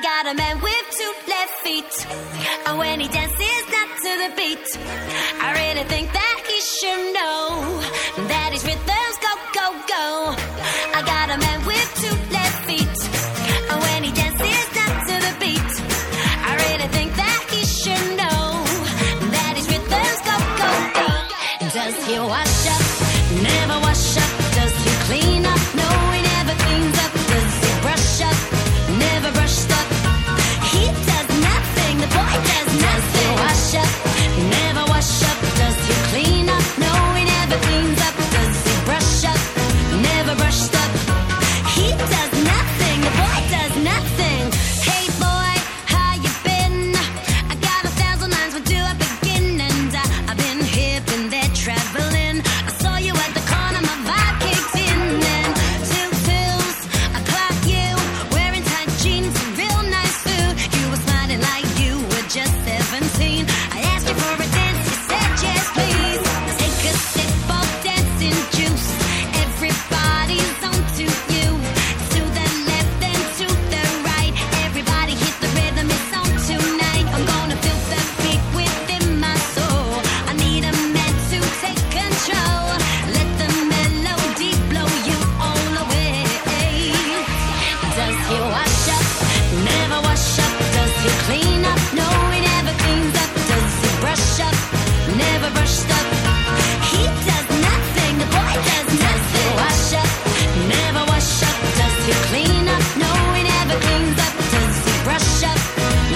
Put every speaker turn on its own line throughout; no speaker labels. not a man with two left feet. And when he dances not to the beat, I really think that he should know that his rhythms go, go, go. I got a man with two left feet. And when he dances not to the beat, I really think that he should know that his rhythms go, go, go. Does he wash up? Never wash up. Does he clean up? No, he never cleans up. Does he brush up? Never brushed up. He does nothing. The boy does nothing. Wash up. Never wash up. Does he clean up? No, he never cleans up. Does he brush up? Never brushed up. He does nothing. The boy does nothing. Hey boy, how you been? I got a thousand lines. Where do I begin? And I, I've been here, been there, traveling. I saw you at the corner. My vibe kicked in. Then two pills. I clock you wearing tight jeans, and real nice food. You were smiling like you were just 17. I asked you for a dance, you said yes, please. Take a sip of dancing juice. Everybody's on to you. To the left and to the right. Everybody hit the rhythm, it's on tonight. I'm gonna feel the beat within my soul. I need a man to take control. Let the melody blow you all away. Does he wash up? Never wash up. Does he clean up? No, he never cleans up. Does he brush up? Never brushed up. He does nothing. The boy does nothing. Wash up. Never wash up. Does he clean up? No, he never cleans up. Does he brush up?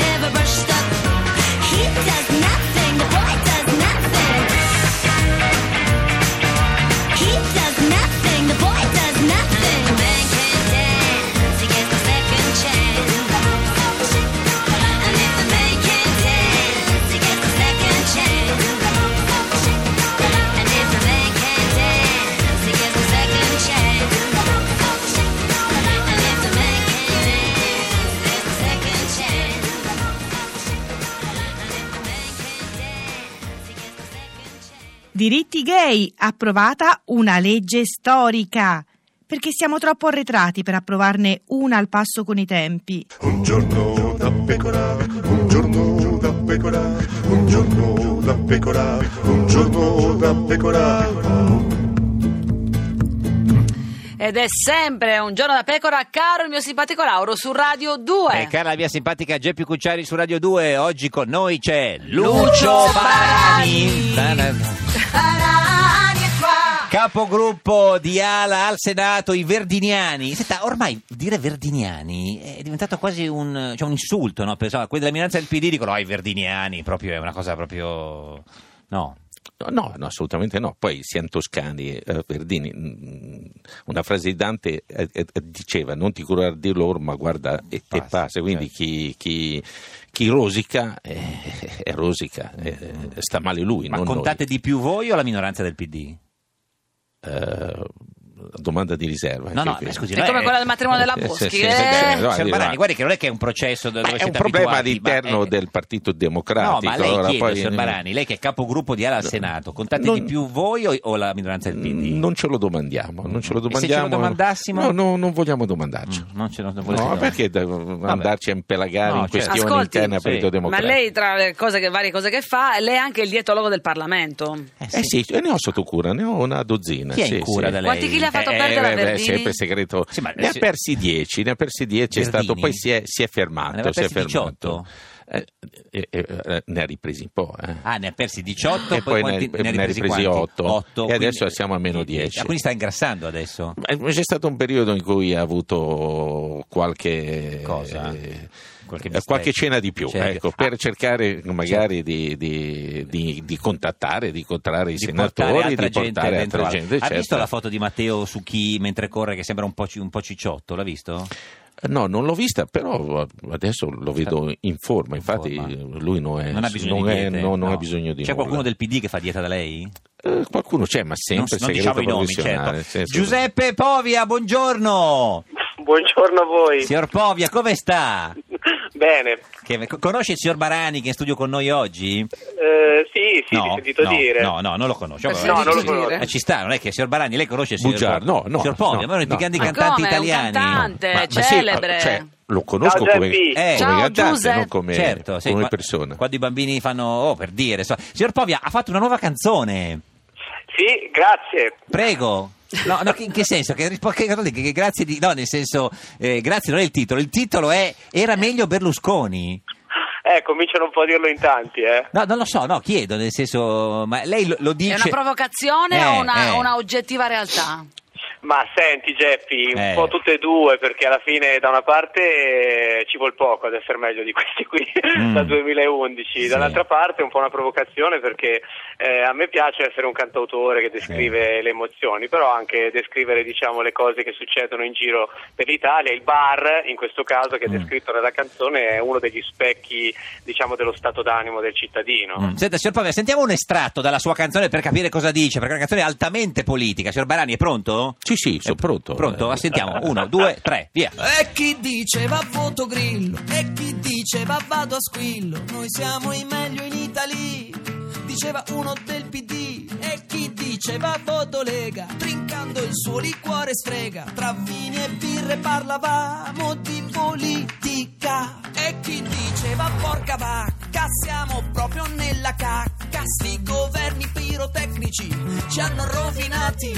Never brushed up. He does nothing. The boy does nothing. He does nothing, the boy does nothing. A man can't dance, he gets the second chance. And if the man can't dance, he gets the second chance. And if the man can't dance, he gets the second chance. And if the man can't dance, he gets the second chance. And if the man can't dance, he gets the second chance.
Diritti gay, approvata una legge storica. Perché siamo troppo arretrati per approvarne una al passo con i tempi.
Un giorno da pecora, un giorno da pecora, un giorno da pecora, un giorno da pecora.
Ed è sempre un giorno da pecora, caro il mio simpatico Lauro su Radio 2.
E cara la mia simpatica Geppi Cucciari su Radio 2, oggi con noi c'è Lucio Parani. Capogruppo di Ala al Senato, i Verdiniani. Senta, ormai dire Verdiniani è diventato quasi un, cioè un insulto, no? Pensavo, quelli della minoranza del PD dicono, no, i Verdiniani, proprio, è una cosa proprio... No.
No, no, no, assolutamente no. Poi siamo toscani, eh, Verdini. mm, Una frase di Dante eh, eh, diceva: Non ti curar di loro, ma guarda e, e
Passa, certo.
passa. Quindi chi, chi- chi rosica eh, è rosica, eh, sta male lui.
Ma
non
contate di più voi o la minoranza del PD?
noi. Eh, domanda di riserva.
No,
anche
no,
qui.
ma scusi,
È
no,
come
è-
quella del matrimonio della
eh, sì,
Boschi.
sì, sì,
eh?
sì, sì, no.
Signor
arriva-
Barani, guardi che non è che è un processo do-
Ma
dove
è un
siete
problema
abituati, ma-
all'interno
eh,
del Partito
No,
Democratico.
ma lei
allora
chiede,
poi- eh,
signor Barani, lei che è capogruppo di Ala al Senato, contate di
Non-
più voi o, o la minoranza del PD?
Mm, Non ce lo domandiamo, non ce lo
E se ce lo
domandiamo.
domandassimo?
No, no, non vogliamo domandarci.
Mm, non ce lo volete
No,
dire.
perché da- andarci a impelagare
No,
in
certo.
questioni
Ascolti,
interne al
sì.
Partito
Ma
Democratico?
lei, tra le cose che, varie cose che fa, lei è anche il dietologo del Parlamento.
Eh sì, eh, ne ho sotto cura, ne ho una dozzina.
Chi è
sì,
in cura
sì.
da lei?
Quanti chili ha fatto
Eh,
perdere
beh,
a
beh,
Verdini?
sempre segreto.
Sì, ma-
ne ha
sì.
persi 10, ne ha persi 10, è
Verdini?
stato, poi si è, si è fermato.
Ne aveva
si è
persi
fermato.
18?
Eh, eh, eh, eh, ne ha ripresi un po'. eh.
Ah, ne ha persi 18,
E poi ne-
quanti-
ne ha ripresi
quanti?
otto.
Otto,
E adesso siamo a meno 10.
Ah, quindi sta ingrassando adesso?
Ma C'è stato un periodo in cui ha avuto qualche,
Cosa?
eh,
Qualche
eh,
mistake.
qualche cena di più,
Cena di
ecco,
più. Ah.
per cercare magari di, di- di- di contattare, di incontrare i
Di portare
senatori,
altra
di portare
gente dentro
altra
la-
gente.
Ha visto
certo.
la foto di Matteo su chi mentre corre che sembra un po', ci- un po' cicciotto? L'ha visto?
No, non l'ho vista, però adesso lo vedo in forma.
In
Infatti,
forma.
lui non è.
non ha bisogno
non
di
è-
diete?
no, non
No.
ha bisogno di
C'è
nulla.
qualcuno del PD che fa dieta da lei?
Eh, qualcuno c'è, ma
non,
sempre
non
segreto
diciamo i nomi,
professionale,
certo.
nel senso-
Giuseppe Povia, buongiorno!
Buongiorno a voi.
Signor Povia, come sta?
Bene,
Che- co- conosce il signor Barani che è in studio con noi oggi?
eh, sì, sì,
no,
ho sentito
no,
dire.
No, no, non lo conosce.
Eh,
Vabbè,
sì,
No, non lo
ci-
conosco.
eh, ci sta, non è che signor Barani, lei conosce il signor
Bugiardo, no, no,
Signor Poveri,
no,
ma è uno dei più
no.
grandi
Ma
cantanti
come? È un
italiani.
cantante,
sì,
celebre.
ah, cioè, lo conosco
Ciao,
come,
Giampi.
come
Ciao,
cantante,
Giuseppe.
non come,
eh, certo, sì,
come
qua-
persona.
Quando i bambini fanno, oh, per dire. so- Signor Povia ha fatto una nuova canzone.
Sì, grazie.
Prego. No, no, che- in che senso? Che, rispo- che- che- che grazie di... No, nel senso, eh, grazie non è il titolo. Il titolo è Era meglio Berlusconi.
Eh, cominciano un po' a dirlo in tanti, eh.
No, non lo so, no, chiedo, nel senso... Ma lei lo, lo dice...
È una provocazione
Eh,
o una,
eh.
una oggettiva realtà?
Ma senti, Geppi, un
Eh.
po' tutte e due, perché alla fine da una parte eh, ci vuol poco ad essere meglio di questi qui
Mm.
dal 2011,
Sì.
dall'altra parte è un po' una provocazione perché eh, a me piace essere un cantautore che descrive le emozioni, però anche descrivere diciamo, le cose che succedono in giro per l'Italia. Il bar, in questo caso, che è
Mm.
descritto nella canzone, è uno degli specchi diciamo, dello stato d'animo del cittadino.
Mm. Senta, signor Pavia, sentiamo un estratto dalla sua canzone per capire cosa dice, perché è una canzone altamente politica. Signor Barani, è pronto?
Sì, sì, sono
Eh,
pronto.
Pronto?
Eh.
Sentiamo, uno, due, tre, Eh, via.
E chi dice va voto grillo, e chi diceva vado a squillo, noi siamo i meglio in Italia, diceva uno del PD, e chi diceva voto lega, trincando il suo liquore strega, tra vini e birre parlavamo di politica, e chi diceva porca vacca, siamo proprio nella cacca, sti governi pirotecnici ci hanno rovinati,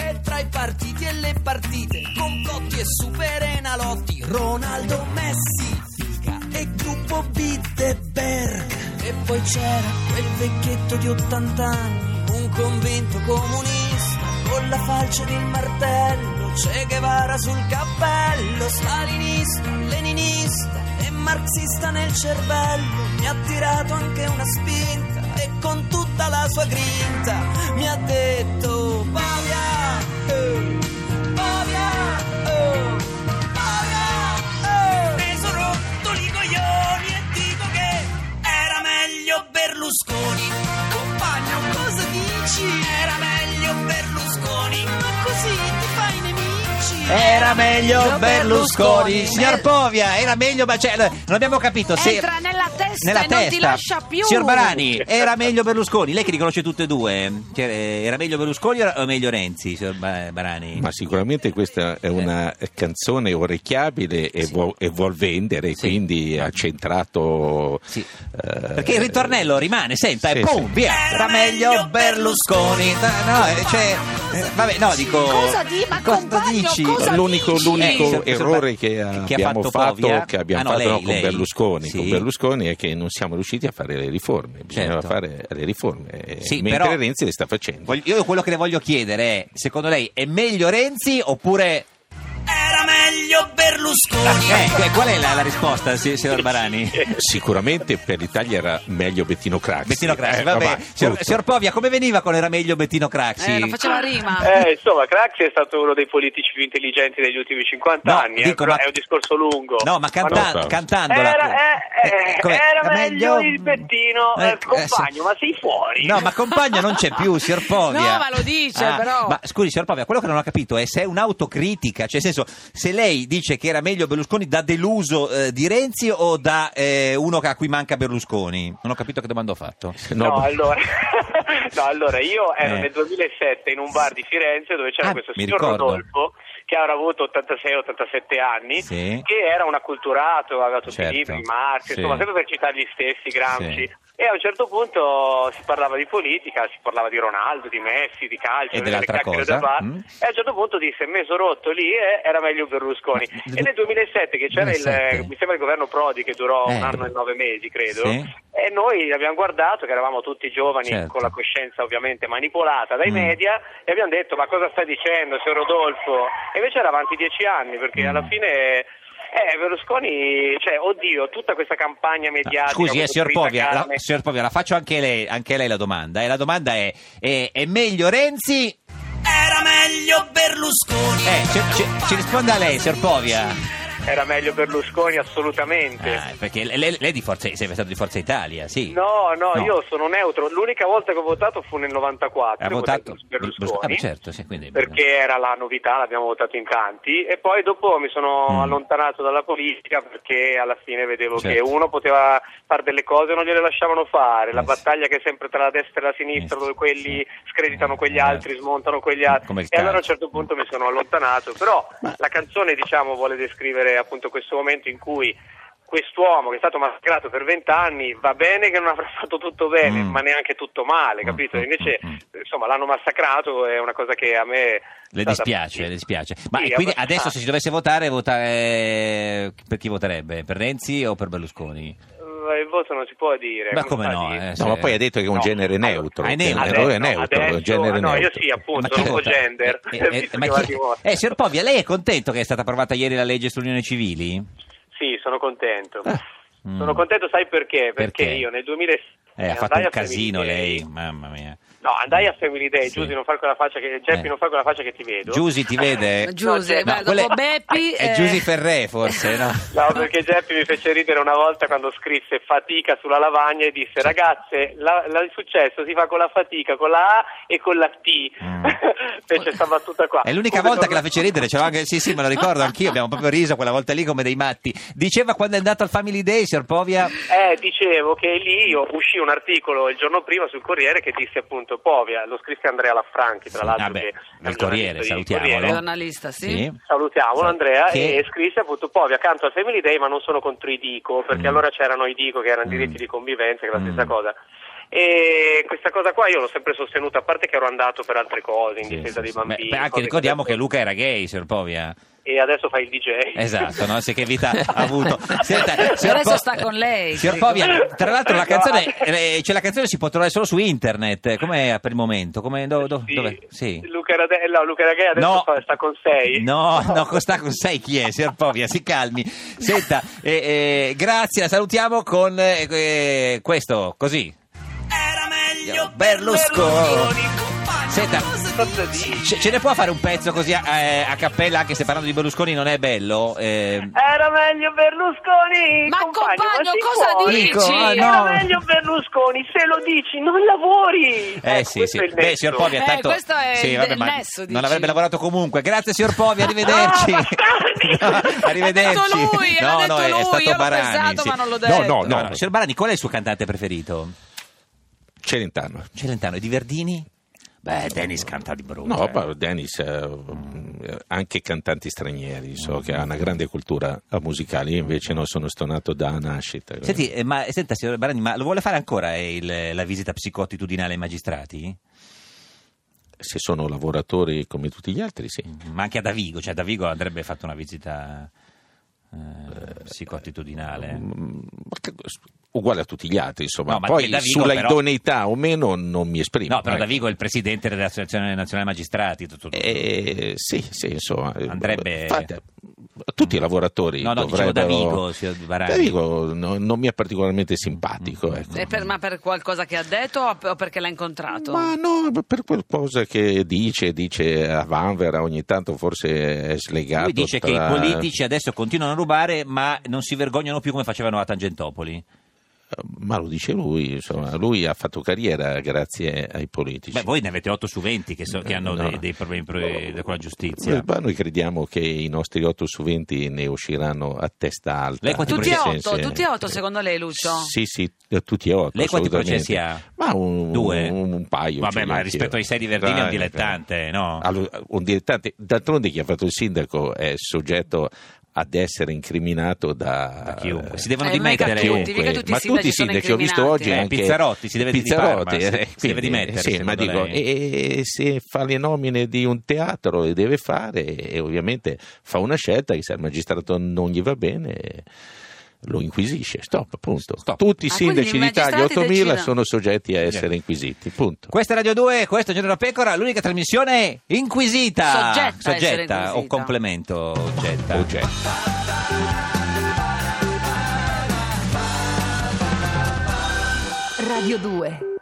e tra i partiti e le partite, complotti e superenalotti, Ronaldo Messi, figa, e gruppo Bitterberg. E poi c'era quel vecchietto di 80 anni, un convinto comunista, con la falce ed il martello, Che Guevara sul cappello, stalinista, leninista e marxista nel cervello, mi ha tirato anche una spinta e con tutta la sua grinta mi ha detto Pavia, eh, Pavia, eh, Pavia, eh." Me sono rotto i coglioni e dico che era meglio Berlusconi. Compagno, cosa dici? Era meglio Berlusconi, ma così ti fai nemici.
Era meglio Berlusconi, signor
Eh,
Povia, era meglio, ma cioè, non abbiamo capito se...
Entra nella testa
nella
e
testa.
non ti lascia più.
Signor Barani, era meglio Berlusconi, lei che li conosce tutte e due, cioè, eh, era meglio Berlusconi o era- o meglio Renzi, signor Ba- Barani?
eh, Ma sicuramente questa
Eh.
è una canzone orecchiabile e, vuol, e vuol vendere,
Sì.
quindi ha centrato...
Sì.
eh,
Perché il ritornello rimane, senta,
sì,
e pum,
sì.
via. Era meglio Berlusconi. No, no, eh, cioè, eh, vabbè, no, dico.
Cosa di- ma compagno, cosa
L'unico,
dici?
l'unico
Eh, se- se-
errore che
ha
abbiamo
fatto
fatto,
Povia-
che abbiamo
ah, no,
fatto
lei-
no, con,
lei.
Berlusconi,
Sì.
con Berlusconi è che non siamo riusciti a fare le riforme. Bisognava
Certo.
fare le riforme, eh,
Sì,
mentre
però-
Renzi le sta facendo.
Voglio- Io quello che le voglio chiedere è: secondo lei è meglio Renzi oppure.
Era meglio Berlusconi.
Eh, que- qual è la, la risposta, si- signor Barani?
Eh, Sicuramente per l'Italia era meglio Bettino Craxi.
Bettino Craxi,
Eh,
vabbè.
vabbè,
Signor,
tutto.
signor Povia, come veniva con era meglio Bettino Craxi?
Eh, non faceva rima.
Eh, insomma, Craxi è stato uno dei politici più intelligenti degli ultimi 50
No,
anni, eh,
dico,
però
ma-
è un discorso lungo.
No, ma canta-
non-
no.
cantandola.
Era- eh, eh,
come-
era meglio il Bettino, eh, compagno,
sì.
ma sei fuori?
No, ma compagno non c'è più, signor Povia. Ah,
No, ma lo dice, però.
Ma scusi, signor Povia, quello che non ho capito è se è un'autocritica, cioè nel senso, se lei dice che era meglio Berlusconi da deluso eh, di Renzi o da eh, uno a cui manca Berlusconi? Non ho capito che domanda ho fatto.
No,
No,
allora, no, allora, io ero
Eh.
nel 2007 in un bar di Firenze dove c'era
Ah,
questo
mi
signor
ricordo.
Rodolfo che avrà avuto 86-87 anni,
Sì.
che era un acculturato, aveva tutti
Certo.
i libri, Marx, insomma,
Sì.
sempre per citare gli stessi, Gramsci.
Sì.
E a un certo punto si parlava di politica, si parlava di Ronaldo, di Messi, di calcio,
E
delle
dell'altra
chiacchiere
cosa,
da bar.
mm.
E a un certo punto disse: Meso rotto lì eh, era meglio Berlusconi.
Ma-
e nel 2007, che c'era
2007.
il mi sembra il governo Prodi, che durò
Eh.
Oh, un anno e nove mesi, credo.
Sì.
E noi abbiamo guardato, che eravamo tutti giovani,
Certo.
con la coscienza ovviamente manipolata dai
Mm.
media, e abbiamo detto: Ma cosa stai dicendo, signor Rodolfo? E invece era avanti dieci anni, perché
Mm.
alla fine. Eh, Berlusconi, cioè, oddio, tutta questa campagna mediatica.
Scusi, eh,
questo
signor Povia, la,
tritacarne-
signor Povia, la faccio anche lei, anche lei la domanda. E la domanda è, è, è meglio Renzi?
Era meglio Berlusconi.
Eh, ci, ci- ci risponda lei, signor Povia.
era meglio Berlusconi assolutamente.
Ah, perché lei, lei- lei è di Forza, sempre stato di Forza Italia, sì.
No, no,
No.
io sono neutro. L'unica volta che ho votato fu nel 94.
Ha
ho
votato
Berlusconi.
Ah, beh, certo, sì, quindi-
perché era la novità, l'abbiamo votato in tanti e poi dopo mi sono
Mm.
allontanato dalla politica perché alla fine vedevo
Certo.
che uno poteva fare delle cose e non gliele lasciavano fare, la
Eh sì.
battaglia che è sempre tra la destra e la sinistra
Eh sì,
dove quelli
sì.
screditano quegli
Eh,
altri, smontano quegli altri
come il
e allora a un
calcio.
certo punto mi sono allontanato, però la canzone diciamo vuole descrivere appunto questo momento in cui quest'uomo che è stato mascherato per vent'anni va bene che non avrà fatto tutto bene,
Mm.
ma neanche tutto male,
Mm,
capito?
mm,
Invece
mm, mm.
insomma l'hanno massacrato è una cosa che a me è
Le
stata-
dispiace, le dispiace. Ma
Sì, ah,
e quindi
abbastanza.
adesso se si dovesse votare, votare per chi voterebbe? Per Renzi o per Berlusconi?
Eh, il voto non si può dire
Ma
come
come
si
no?
fa a dire?
eh,
No,
se-
ma poi ha detto che è un
No,
genere
allora-
neutro.
Ah, è
che
neutro.
un errore
Adesso-
neutro, è un genere
adesso- no, io
neutro.
sì, appunto.
chi
sono
vota?
gender,
certo. Eh,
visto
eh,
che
ma
va
chi-
di moda.
eh, signor Povia, lei è contento che è stata approvata ieri la legge sulle unioni civili?
Sì, sono contento.
Mm.
Sono contento, sai perché? Perché,
Perché?
io nel 2006
Eh, ha
andai
fatto un
a
casino
Femminile
lei,
Day.
mamma mia.
No, andai a Family Day,
Sì.
Giusy, Eh, non far quella faccia che Geppi,
Eh.
non far quella faccia che ti vedo.
Giusy ti vede?
Giusy,
No,
guarda,
eh, quella
dopo
è-
Beppi...
È
eh,
Giusy Ferré forse, no?
No, perché Geppi mi fece ridere una volta quando scrisse fatica sulla lavagna e disse ragazze, la- la- il successo si fa con la fatica, con la A e con la T.
Mm.
Fece questa battuta qua.
È l'unica
Comunque
volta
torna-
che la fece ridere, c'era anche, sì sì me lo ricordo anch'io, abbiamo proprio riso quella volta lì come dei matti. Diceva quando è andato al Family Day, signor Povia,
Eh, dicevo che lì io uscì un articolo il giorno prima sul Corriere che disse appunto Povia, lo scrisse Andrea Lanfranchi tra
Sì,
l'altro.
vabbè,
che è
del
un
Corriere,
giornalista di
salutiamolo.
Corriere.
giornalista, sì.
Salutiamolo
Sì.
Andrea
Che-
e scrisse appunto Povia accanto al Family Day ma non sono contro i Dico perché
Mm.
allora c'erano i Dico che erano diritti
Mm.
di convivenza che è la stessa
Mm.
cosa e questa cosa qua io l'ho sempre sostenuta a parte che ero andato per altre cose in
Sì,
difesa
sì,
dei
sì.
bambini
Beh, anche
cose
ricordiamo
così.
che Luca era gay, signor Povia.
e adesso fai il DJ
Esatto, no? Sì, che vita ha avuto.
Adesso
signor
sta con lei,
Signor
dico.
Povia, tra l'altro la
No.
canzone, eh, cioè, la canzone si può trovare solo su internet. Com'è per il momento? Come, do- do-
Sì.
dove? Sì.
Luca, Rade- no, Luca Raghei adesso fa- sta con 6
No, no, con- sta con sei chi è, signor Povia, si calmi. Senta, eh, eh, grazie, la salutiamo con eh, eh, questo, così.
Era meglio
Berlusconi.
compagno,
Senta.
cosa dici?
Ce, ce ne può fare un pezzo così a, eh, a cappella, anche se parlando di Berlusconi non è bello? Eh,
Era meglio Berlusconi.
Ma compagno,
si
cosa
può?
dici?
Dico, ah, no.
Era meglio Berlusconi, se lo dici non lavori.
Eh
Ecco,
sì,
questo
sì.
è il
Beh,
nesso.
signor Povia,
Eh,
tanto
questo è
sì,
il-
vabbè,
il
ma
nesso, dici.
non avrebbe lavorato comunque. Grazie signor Povia, arrivederci.
Ah, bastardi!
arrivederci.
Ha detto lui, l'ha
no,
detto
no, è
lui, io
stato
l'ho
Barani.
pensato,
sì.
ma non l'ho
No, no,
detto.
no, no. Signor Barani, qual è il suo cantante preferito?
Celentano.
Celentano e di Verdini? Beh, Dennis canta di brutto.
No,
eh.
ma Dennis, eh, eh, anche cantanti stranieri, so che ha una grande cultura musicale, io invece no, sono stonato da nascita.
Senti, eh, ma, senta, signor Barani, ma lo vuole fare ancora eh, il- la visita psicoattitudinale ai magistrati?
Se sono lavoratori come tutti gli altri, sì.
Ma anche a Davigo, cioè a Davigo andrebbe fatta una visita eh, psicoattitudinale.
Mm, ma che- Uguale a tutti gli altri, insomma.
No, ma
Poi
Davigo,
sulla
però-
idoneità o meno non mi esprimo.
No, però
ecco.
Davigo è il presidente dell'Associazione Nazionale Magistrati. tutto-
Eh, sì, sì, insomma. eh,
Andrebbe-
infatti, a tutti i lavoratori
No, no, dicevo
dovrebbero...
Davigo, signor Barani.
Davigo no- non mi è particolarmente simpatico, ecco.
E per- ma per qualcosa che ha detto o o perché l'ha incontrato?
Ma no, per qualcosa che dice, dice a Vanvera ogni tanto forse è slegato.
Lui dice che i
tra-
politici adesso continuano a rubare, ma non si vergognano più come facevano a Tangentopoli.
Eh, Ma lo dice lui, insomma, lui ha fatto carriera grazie ai politici.
Beh, voi ne avete 8 su 20 che, so- che hanno
Eh, No.
dei, dei problemi pro-
No.
con la giustizia.
Ma noi crediamo che i nostri 8 su 20 ne usciranno a testa alta.
Lei quanti
Tutti e
Sì,
otto, tutti e otto secondo lei Lucio?
eh. Sì, sì, eh, tutti e otto.
Lei quanti
assolutamente.
processi ha?
Ma un,
Due?
un, un paio.
Vabbè,
ce li
ma
ho
rispetto
anch'io. Eh,
ai sei di Verdini è un
Dai,
dilettante, no?
Allo- un dilettante. D'altronde chi ha fatto il sindaco è soggetto ad essere incriminato da,
Da chiunque. Si devono
Eh, ma mica
dimettere.
tutti, mica tutti i
ma tutti
sindaci
i
sono
sindaci ho visto oggi
incriminati.
Eh,
anche
Pizzarotti, si deve di
Pizzarotti,
Parma, si-
eh,
si deve dimettere,
sì, ma
secondo
dico
lei.
e se fa le nomine di un teatro le deve fare e ovviamente fa una scelta che se al magistrato non gli va bene lo inquisisce stop punto
Stop.
tutti i
Ah, quindi
sindaci
i
d'Italia
magistrati
8000
decidono.
sono soggetti a essere inquisiti punto
Questa è Radio 2, questo è Giorno da Pecora, l'unica trasmissione inquisita.
Soggetta a essere
Soggetta o
inquisita.
complemento oggetta.
Oggetto.
Radio 2